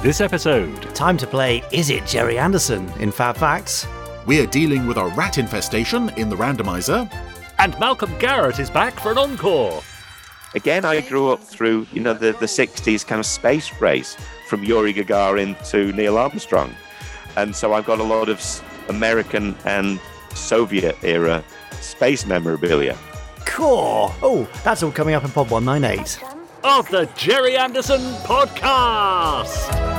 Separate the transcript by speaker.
Speaker 1: This episode,
Speaker 2: Time to play Is It Jerry Anderson in Fab Facts?
Speaker 3: We're dealing with a rat infestation in the randomizer.
Speaker 1: and Malcolm Garrett is back for an encore.
Speaker 4: Again, I grew up through, you know, the, the 60s kind of space race from Yuri Gagarin to Neil Armstrong. And so I've got a lot of s- American and Soviet era space memorabilia.
Speaker 2: Core! Oh, that's all coming up in Pod 198.
Speaker 1: of the Jerry Anderson Podcast.